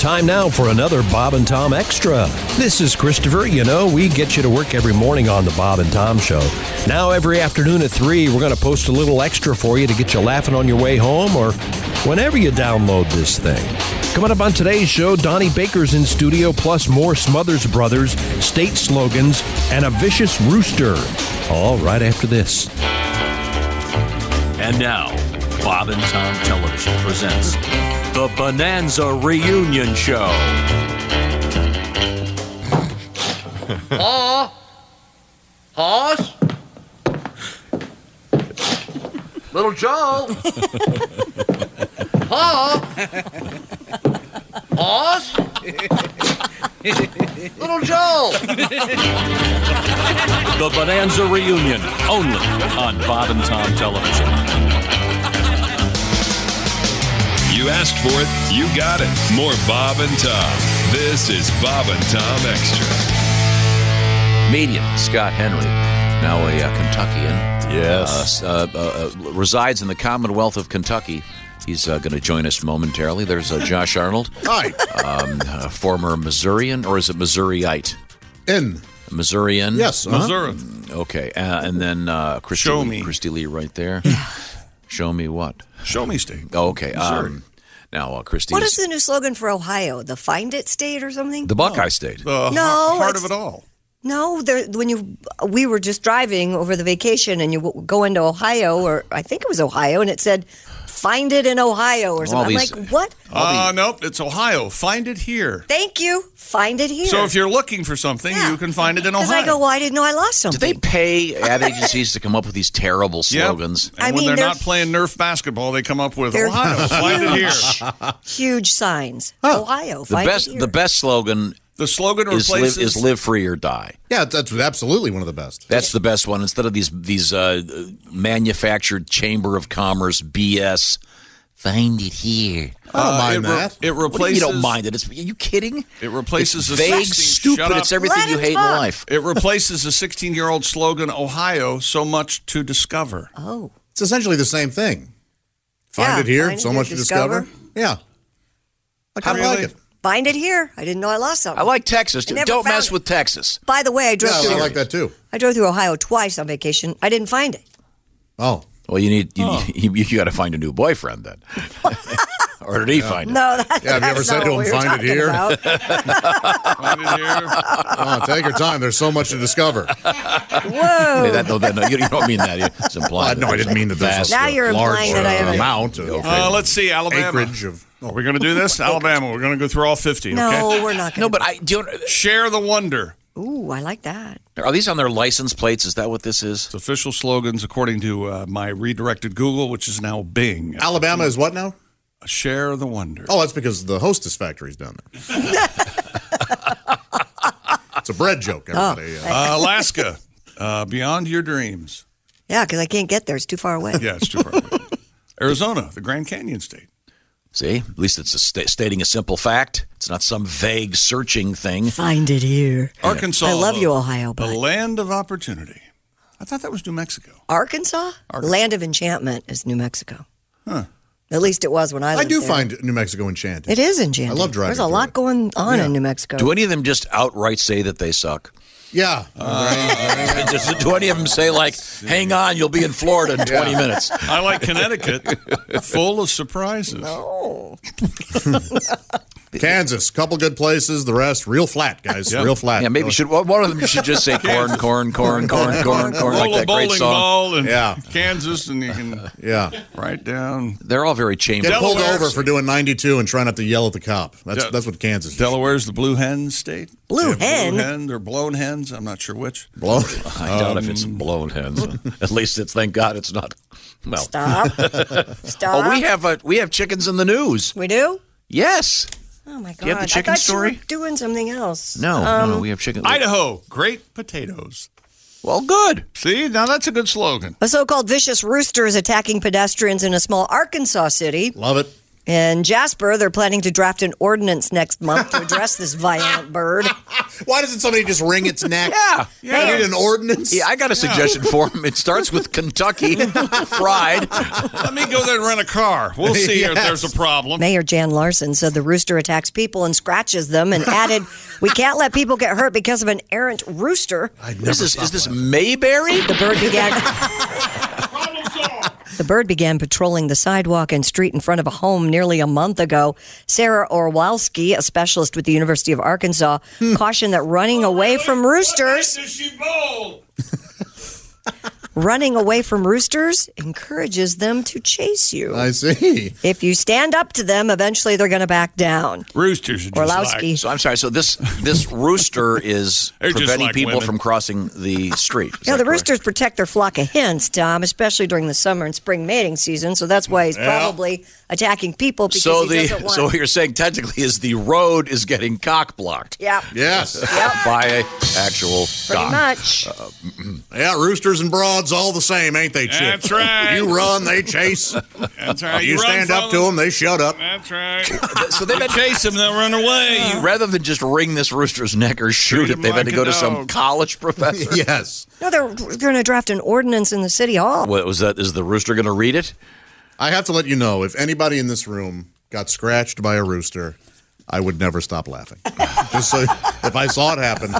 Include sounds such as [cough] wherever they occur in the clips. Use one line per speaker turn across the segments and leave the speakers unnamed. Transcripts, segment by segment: Time now for another Bob and Tom Extra. This is Christopher. You know, we get you to work every morning on the Bob and Tom Show. Now, every afternoon at 3, we're going to post a little extra for you to get you laughing on your way home or whenever you download this thing. Coming up on today's show, Donnie Baker's in studio, plus more Smothers Brothers, state slogans, and a vicious rooster. All right after this.
And now, Bob and Tom Television presents the Bonanza Reunion Show.
Haw. Hoss. Little [laughs] Joe. Haw. Hoss. Little Joe.
The Bonanza Reunion, only on Bob and Tom Television.
You asked for it, you got it. More Bob and Tom. This is Bob and Tom Extra.
comedian Scott Henry, now a uh, Kentuckian. Yes. Uh, uh, uh, resides in the Commonwealth of Kentucky. He's uh, going to join us momentarily. There's uh, Josh Arnold,
Hi.
um, a former Missourian, or is it Missouriite?
In.
Missourian?
Yes. uh-huh.
Missouri.
Okay. Uh, and then uh, Christy,
Show
Lee,
me.
Christy Lee right there. Show me what?
Show me state.
Okay. Um, now, uh, Christy.
What is the new slogan for Ohio? The Find It State or something?
The Buckeye State.
Uh,
No,
Part
it's-
of it all.
no, there, when you we were just driving over the vacation and you w- go into Ohio or I think it was Ohio and it said Find It in Ohio or something.
these-
I'm like, what?
Uh, nope, it's Ohio. Find it here.
Thank you. Find it here.
So if you're looking for something,
Yeah.
you can find it in
because
Ohio.
I go, well, I didn't know I lost
Do they
something.
pay ad agencies to come up with these terrible
Yep.
slogans?
And
I
when
mean,
they're
they're-
not playing Nerf basketball, they come up with
They're
Ohio. Find it here.
[laughs] Huge signs. Ohio.
The
find
best,
it here.
the best slogan
The slogan
is live,
replaces
is live free or die.
Yeah, that's absolutely one of the best.
That's the best one. Instead of these these uh, manufactured chamber of commerce BS, find it here. Uh,
I don't mind
it, re-
that.
Oh, What
it
do you-
replaces
you don't mind it. It's, are you kidding?
It
it's
replaces the
vague,
16
stupid.
shut up.
It's everything
Let
you
him
hate in
talk.
life.
It replaces the 16-year-old slogan "Ohio, so much to discover."
oh,
It's essentially the same thing. Find
Yeah,
it here,
find it
so
here,
much to discover.
discover.
Yeah. I kind of
Really?
like it.
Find it here. I didn't know I lost something.
I like Texas.
I never
Don't
found
mess
it.
with Texas.
By the way, I drove
Yeah,
through
I like that too.
I drove through Ohio twice on vacation. I didn't find it.
Oh.
Well, you need you, you, you got to find a new boyfriend [laughs] then, or did he find it?
No, that,
Yeah, have you ever
that's
said
not
to
what
him,
we were
"Find it
talking
here?"
about.
Find it here. Uh,
Oh, take your time. There's so much to [laughs] discover.
Whoa.
Hey, that- no, that- no, you don't mean that. It's implied.
no, I didn't mean that there's
Vast.
a
Now you're
large
implying that I
uh,
haven't-
amount of
Uh, let's see, Alabama.
acreage of.
Are we going to
[laughs]
do this? Alabama. We're going to go through all 50.
no,
Okay.
we're not going
No, but I do. You,
Share the wonder.
Ooh, I like that.
are these on their license plates? Is that what this is?
It's official slogans according to uh, my redirected Google, which is now Bing.
Alabama is what now?
Share the wonder.
Oh, that's because the hostess factory's down
[laughs]
there. it's a bread joke,
Oh.
everybody. Uh,
Uh, Alaska. Uh, beyond your dreams.
Yeah, because I can't get there. It's too far away.
Yeah, it's too far. away. Arizona, the Grand Canyon state.
See, at least it's a sta- stating a simple fact. It's not some vague searching thing.
Find it here.
Arkansas.
I love
the-
you, Ohio,
The
but
land of opportunity. I thought that was New Mexico.
Arkansas? Land of enchantment is New Mexico. Huh. At least it was when I
I
lived
do
there.
find New Mexico enchanting.
It is enchanting.
I love driving
There's a
through
lot
it.
going on in New Mexico.
Do any of them just outright say that they suck?
Yeah.
Does- do any of them say like, "Hang on, you'll be in Florida in 20 minutes"?
I like Connecticut, [laughs] full of surprises.
Oh,
Kansas, couple good places. The rest, real flat, guys.
Yeah.
Real flat.
Yeah, maybe you should one one of them should just say corn, corn, corn, corn, corn, corn, like
Roll a
that
bowling
great song.
ball in
Yeah.
Kansas, and you can
Yeah.
write down.
They're all very chamber.
Get pulled
Delaware.
over for doing 92 and try not to yell at the cop. That's
Yeah.
that's what Kansas. Is.
Delaware's the blue hen state.
Blue
They have
hen?
Blue hen. They're blown hens. I'm not sure which.
Blow.
I doubt if
Um.
it's blown hens. At least it's thank God it's not. Well,
Stop. Stop.
oh, we have a, we have chickens in the news.
We do?
Yes.
Oh, my God.
you have the chicken
I thought
story?
You were doing something else. Um,
No, no, no, we have chicken.
Idaho, great potatoes.
Well, good.
See, now that's a good slogan.
A so called vicious rooster is attacking pedestrians in a small Arkansas city.
[laughs] Love it.
In Jasper, they're planning to draft an ordinance next month to address this violent bird.
Why doesn't somebody just wring
[laughs]
its neck?
Yeah,
yeah. You need an ordinance.
Yeah, I got a suggestion for him. It starts with
[laughs]
Kentucky fried.
Let me go there and rent a car. We'll see
[laughs]
if
Yes.
there's a problem.
Mayor Jan Larson said the rooster attacks people and scratches them and added, We can't let people get hurt because of an errant rooster.
This is is this Mayberry?
The bird began. [laughs] The bird began patrolling the sidewalk and street in front of a home nearly a month ago. Sarah Orwalski, a specialist with the University of Arkansas, cautioned that running away from roosters. [laughs] running away from roosters encourages them to chase you.
I see.
if you stand up to them, eventually they're going to back down.
Roosters are just
Orlowski.
like,
So I'm sorry. So this this rooster is
[laughs] They're just
preventing
like
people
women.
from crossing the street. Is
No,
that
the
correct?
roosters protect their flock of hens, Tom, especially during the summer and spring mating season. So that's why he's probably attacking people because
So
he
the
doesn't want.
so what you're saying technically is the road is getting cock blocked
yeah,
Yes.
by a actual cock.
pretty much.
[laughs] Yeah, roosters and broads all the same, ain't they, Chip?
That's right.
You run,
[laughs]
they chase.
That's right.
you
run
stand
from
up to them, they
[laughs]
shut up.
That's right.
So they've had
Chase them, they'll
[laughs]
run away.
[laughs] rather than just wring this rooster's neck or shoot
Treat
it,
him
they've had
like
to go
a
to some
dog. [laughs]
college professor.
Yes.
No, they're going to draft an ordinance in the city hall.
What was that? Is the rooster going to read it?
I have to let you know if anybody in this room got scratched by a rooster, I would never stop laughing. [laughs] Just so if I saw it happen,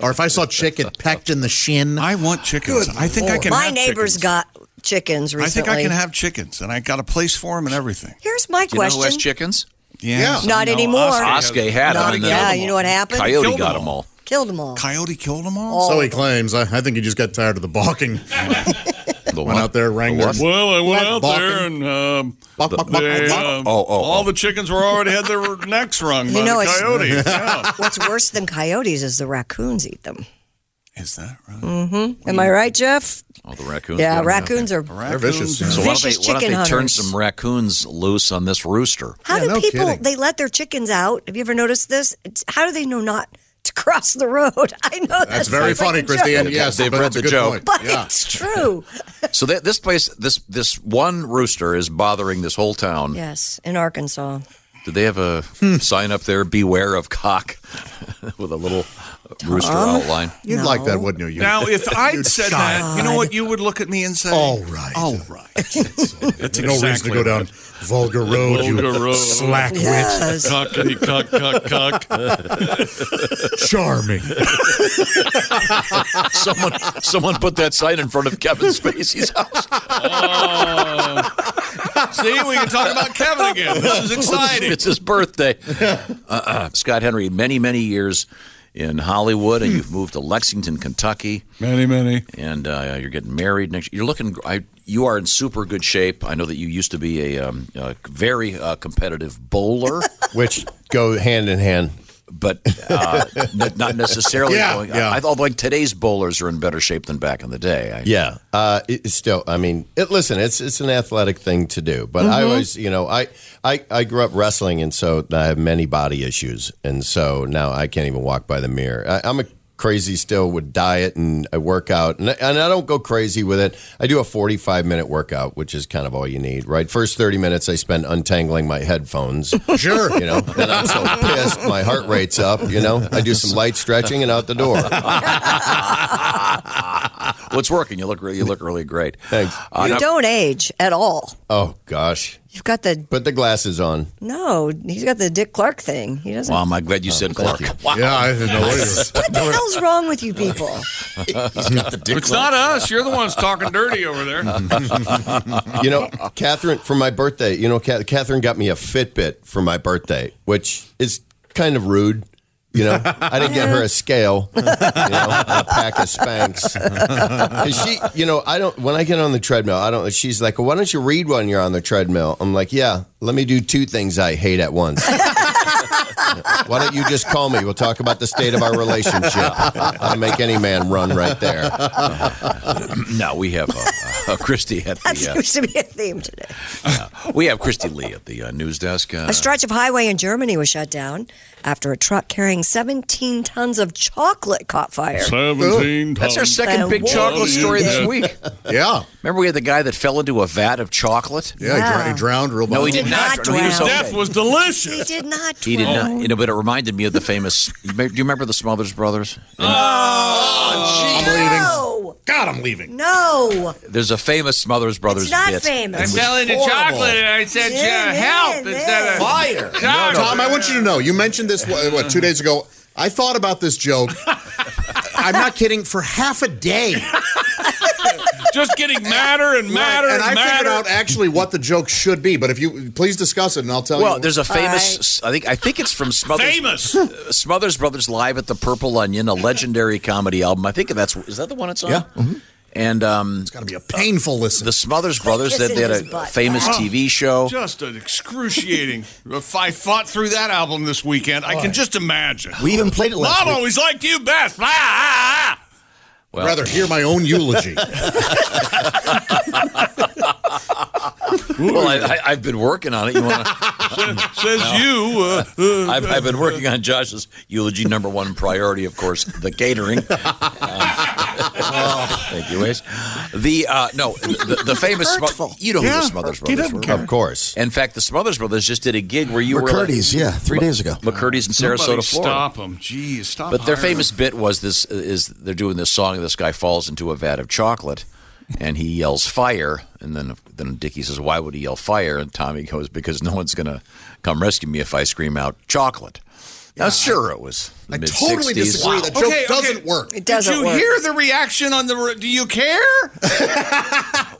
or if I saw chick get pecked in the shin.
I want chickens. I think I can.
My
have
neighbors
chickens.
got chickens
I
recently.
think I can have chickens, and I got a place for them and everything.
Here's my
Do you know who has
question.
chickens?
Yes,
Not
I know.
anymore.
Oscar
Oscar had
Not
them. and then
again. Yeah, you know what happened?
Coyote
Killed
got
them
them all.
Killed them all.
Coyote killed them all.
Oh.
so he claims. I, I think he just got tired of the balking.
The
Went
what?
out there, rang
The
their
what?
Well, I went
What?
out there
Balkan?
and um,
Buck, buck, buck,
they,
buck.
um,
Oh, oh, oh.
all the chickens were already had their [laughs] necks wrung by
know,
the
it's-
[laughs] coyote. yeah.
What's worse than coyotes is the raccoons eat them.
Is that right?
Am
Mm.
I right, Jeff?
All the raccoons.
Yeah,
got 'em.
raccoons are.
They're vicious. uh,
So why don't they,
Vicious
why don't
chicken
they turn
hunters.
some raccoons loose on this rooster?
How
Yeah,
do
no
people?
kidding.
They let their chickens out. Have you ever noticed this? It's- How do they know not to [laughs] cross the road? I know that's,
That's very
sounds like
funny,
a joke,
Christian. Yes,
They've
but
read
it's
the
a good
joke.
point.
but
yeah.
it's true.
So th- this place, this this one rooster is bothering this whole town.
[laughs] yes, in Arkansas.
Did they have a hmm, sign up there? Beware of cock, [laughs] with a little rooster outline.
You'd
No.
like that, wouldn't you? You-
Now, if I'd said
God.
that, you know what you would look at me and say,
[laughs]
Oh,
All right.
Oh,
all right." That's
no reason to
exactly
go down vulgar road,
Vulgar
you
road.
[laughs]
slack wit. [laughs]
Yes.
Cockity cock cock cock.
Charming.
Someone, someone put that sign in front of
[laughs]
Kevin Spacey's house.
See, we can talk about Kevin again. This is exciting.
It's his birthday. Uh-uh. Scott Henry, many many years in Hollywood, and you've moved to Lexington, Kentucky,
Many, many.
and uh, you're getting married next. You're looking. I, you are in super good shape. I know that you used to be a, um, a very uh, competitive bowler.
Which go hand in hand.
but uh, n- not necessarily
Yeah,
going.
yeah.
I, I thought like today's bowlers are in better shape than back in the day. I,
Yeah. Uh, it, it's still, I mean, it, listen, it's it's an athletic thing to do, but I always, you know, I, I I grew up wrestling, and so I have many body issues, and so now I can't even walk by the mirror. I, I'm a crazy still with diet and I work out, and I, and I don't go crazy with it. I do a 45 minute workout, which is kind of all you need, right? First 30 minutes I spend untangling my headphones.
Sure.
You know, and I'm so pissed, my heart rate's up. You know, I do some light stretching and out the door.
Well, it's working. You look re- you look really great.
Thanks.
Uh,
You
now-
don't age at all.
Oh gosh,
You've got the
put the glasses on.
no. He's got the Dick Clark thing. He doesn't.
Well, I'm glad you said Clark. Wow.
Yeah, I
[laughs]
didn't know what you were.
What the hell's wrong with you people?
[laughs]
It's not us. You're the ones talking dirty over there.
You know, Catherine, for my birthday, you know, Ca- Catherine got me a Fitbit for my birthday, which is kind of rude. You know, I didn't get her a scale, you know, and a pack of Spanx. And she, you know, I don't, when I get on the treadmill, I don't, she's like, well, why don't you read when you're on the treadmill? I'm like, yeah, let me do two things I hate at once. Why don't you just call me? We'll talk about the state of our relationship. I'll make any man run right there.
[laughs] No, we have. Uh, uh, [laughs] Christy at
That
the.
seems to be a theme today.
Uh, we have Christy Lee at the uh, news desk. Uh,
A stretch of highway in Germany was shut down after a truck carrying 17 tons of chocolate caught fire.
17
that's our second big
Whoa.
chocolate story this week.
Yeah.
Remember, we had the guy that fell into a vat of chocolate.
Yeah, he dr- He, drowned real bad.
No, he did,
Did
not.
not
no, he was
drown.
okay.
Death was delicious.
He did
[laughs]
not.
He did
drown.
not. You know, but it reminded me of the famous. you may- Do you remember the Smothers Brothers?
No,
God, I'm leaving.
no,
There's a famous Smothers Brothers
it's not
bit.
famous.
selling the chocolate, and I said, yeah,
Yeah,
help
yeah,
instead of
Fire. Tom, I want you to know. You mentioned this what, what, two days ago. I thought about
[laughs]
this joke. I'm not kidding. For half a day,
Just getting madder and madder
and I
and madder.
figured out actually what the joke should be. But if you please discuss it, and I'll tell
Well,
you.
there's a famous. I think I think it's from Smothers.
Famous.
Smothers Brothers live at the Purple Onion, a legendary comedy album. I think that's is that the one it's on. Yeah.
mm-hmm.
And um,
got to be a painful listen.
the Smothers Brothers,
Kiss
they, they had
in
a
his butt.
famous TV show.
Just an excruciating. if I fought through that album this weekend, I can just imagine.
We even played it last
Mom
week.
always liked you best. Blah, ah, ah.
Well,
rather hear my own eulogy.
well, I, I, I've been working on it. You want?
Says you. Uh, uh,
I've, I've been working on Josh's eulogy number one priority, of course, the catering. Um, [laughs] thank you, Ace. The uh, no, the, the famous Smo- you know who the Smothers Brothers were.
Of course.
In fact, the Smothers Brothers just did a gig where you
McCurdy's, yeah, three days ago.
were like, McCurdy's in Sarasota,
somebody
Florida.
Stop them. Geez, stop.
But their
Uh-huh.
hiring
famous bit was this: is they're doing this song, and this guy falls into a vat of chocolate, and he yells fire, and then then Dickie says, "Why would he yell fire?" And Tommy goes, "Because no one's gonna come rescue me if I scream out chocolate." Now, sure, it was the
I
mid
totally
sixties.
disagree. That joke
Okay, okay.
doesn't work.
Did
It doesn't
you
work.
hear the reaction on the? re- Do you care?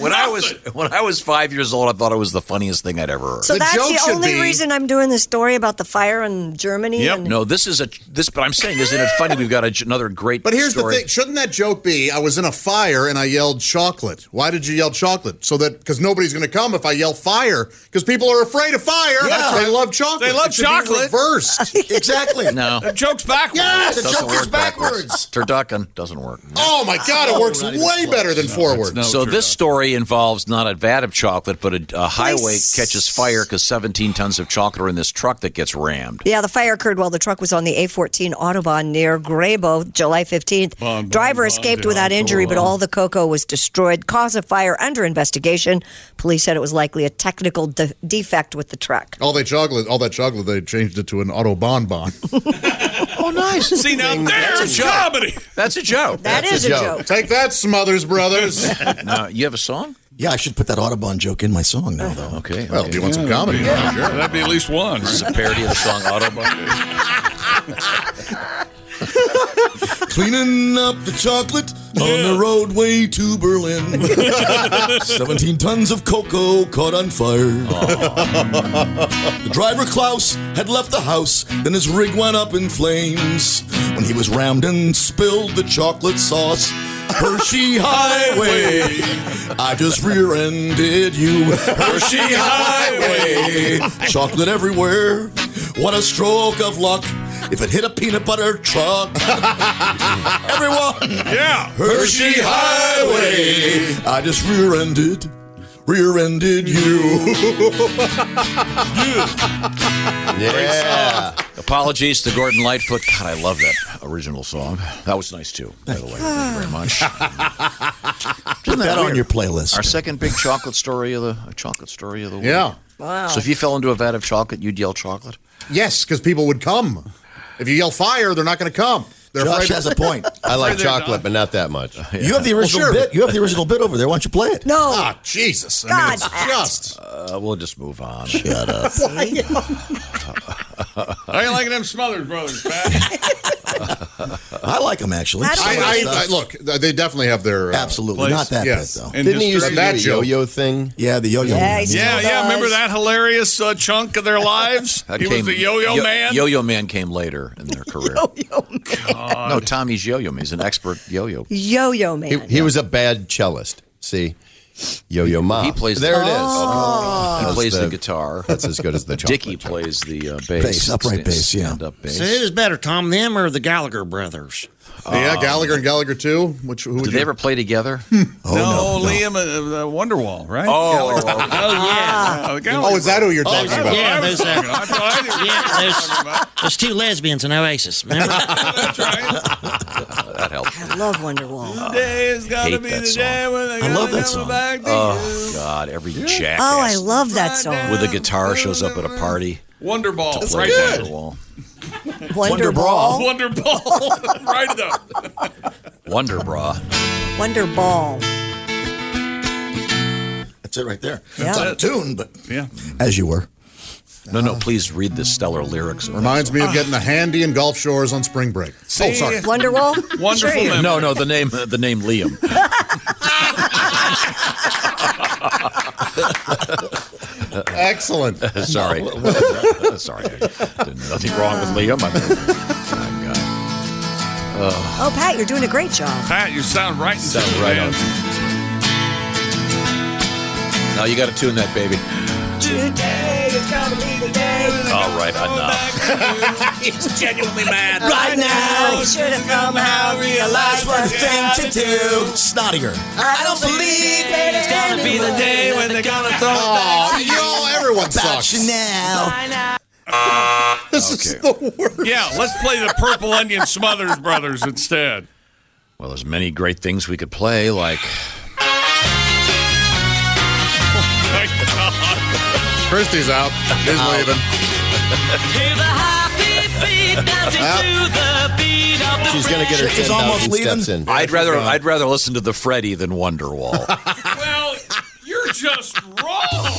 When I was when I was five years old, I thought it was the funniest thing I'd ever heard.
so
The
that's
joke
the
should
only
be-
reason I'm doing this story about the fire in Germany.
Yep.
and-
No, this is a this, but I'm saying, isn't it funny? We've got a, another great.
But here's
story.
the thing: shouldn't that joke be? I was in a fire and I yelled chocolate. Why did you yell chocolate? So that because nobody's going to come if I yell fire because people are afraid of fire. They love chocolate.
They love
It should be
chocolate.
reversed.
Exactly.
No,
The joke's backwards.
Yes, the
doesn't
joke
work
is backwards.
Turducken doesn't work.
oh my god! It works way better than forward.
So this story involves not a vat of chocolate, but a, a highway
Place-
catches fire because 17 tons of chocolate are in this truck that gets rammed.
Yeah, the fire occurred while the truck was on the A14 Autobahn near Grebo, July 15th. Driver escaped without injury, but all the cocoa was destroyed. Cause of fire under investigation. Police said it was likely a technical de- defect with the truck.
All that chocolate, all that chocolate, they changed it to an auto bonbon.
Oh, nice!
See now, there's comedy.
That's a joke.
That is a joke.
[laughs] Take that,
[laughs]
Smothers Brothers.
now, you have a song?
Yeah, I should put that Audubon joke in my song now, though.
Okay.
well, do you want some comedy?
Sure, that'd be at least one.
This is a parody of the song Autobahn.
Cleaning up the chocolate on the roadway to
[laughs]
Berlin. 17 tons of cocoa caught on fire. [laughs] the driver Klaus had left the house, then his rig went up in flames. When he was rammed and spilled the chocolate sauce, [laughs] Hershey Highway. I just rear ended you, Hershey Highway. Chocolate everywhere. What a stroke of luck. If it hit a peanut butter [laughs] truck, everyone.
Yeah.
Hershey Highway. I just rear-ended, rear-ended you.
yeah. Apologies to Gordon Lightfoot. God, I love that original song. That was nice too, by the way. Thank you very much. Isn't
Ah. That on
weird?
your playlist.
Our second big chocolate story of the chocolate story of the week.
Yeah.
Wow.
So if you fell into a vat of chocolate, you'd yell chocolate.
Yes, because people would come. If you yell fire, they're not going to come. They're
Josh
afraid.
has a point.
I like chocolate, but not that much.
You have the original
sure,
bit. You have the original bit over there. Why don't you play it?
no.
Ah, Jesus! I mean,
God,
it's
Pat.
just
Uh, we'll just move on.
I ain't liking them Smothers Brothers,
[laughs]
Pat.
I like them actually.
I don't
Some of
I,
the
I, I,
stuff.
look, they definitely have their. Uh,
Absolutely
Place.
not that
Yes.
bit though.
And
Didn't he used
just-
to do
That
the
joke.
yo-yo thing?
yeah, the yo-yo.
Yeah,
man.
he's-
yeah, yeah. Remember
does.
that hilarious uh, chunk of their lives?
That
he was
came-
the yo-yo
Yo-
man.
Yo-Yo man came later in
[laughs]
their career.
Yo-yo man.
no, Tommy's yo-yo man. He's an expert yo-yo.
Yo-yo man.
He, he was a bad cellist. See, yo-yo mom.
Ah,
He plays
There
the,
it is.
Oh.
He
That's
plays the, guitar.
That's as good as the chocolate.
[laughs] Dickie plays the uh, bass.
Bass, upright bass, yeah.
Stand-up bass.
Who's better, Tom, them or the Gallagher brothers?
yeah,
Um,
Gallagher and Gallagher too. Which who would
Did
you-
they ever play together?
Oh, no, Liam uh, uh, Wonderwall, right?
Oh,
Gallagher.
okay.
oh, yeah.
Oh, is that who you're talking about?
Yeah, there's, uh,
I thought I knew what
yeah,
you were
there's, there's two lesbians in Oasis.
[laughs]
Remember?
that helped.
I love Wonderwall.
Today is gonna
Hate
be
that
the
song.
day when I
love that
song.
Oh God! Every jackass
Oh, I love that song.
with a guitar shows up at a party.
Wonderball,
to play
right there.
Wonderwall.
Wonder
[laughs]
Ball.
Wonderball, right up.
Wonderbra.
Wonder Ball.
That's it right there.
Yeah.
It's out of tune, but
yeah.
As you were.
No, no. Please read the stellar lyrics. Of
Reminds me of getting the handy and Gulf Shores on spring break. oh, sorry.
Wonderwall. [laughs]
Wonderful
Sure.
memory.
No, no. The name. The name Liam.
Excellent.
Uh, Sorry. Uh, Sorry. Nothing wrong with Liam. I mean, oh, God.
Oh, Pat, you're doing a great job.
Pat, you sound right. in
Sound
tune,
right
man.
No, you got to tune that baby.
Today is gonna be the day.
All right, enough.
He's genuinely mad.
Right now,
you should have somehow realized what
thing to do.
Snottiger.
I don't believe that it's gonna be the day when they're gonna throw it back to you.
Oh, everyone
About
sucks.
you now.
This is the worst.
Yeah, let's play the Purple Onion Smothers Brothers instead.
Well, there's many great things we could play, like
Thank God.
Christie's out. He's leaving.
Hear the happy feet dancing to the beat of the
She's going to get her
She's
10,000
almost leaving.
steps in.
I'd rather I'd rather listen to the Freddy than [laughs] Wonderwall.
Well, you're just wrong.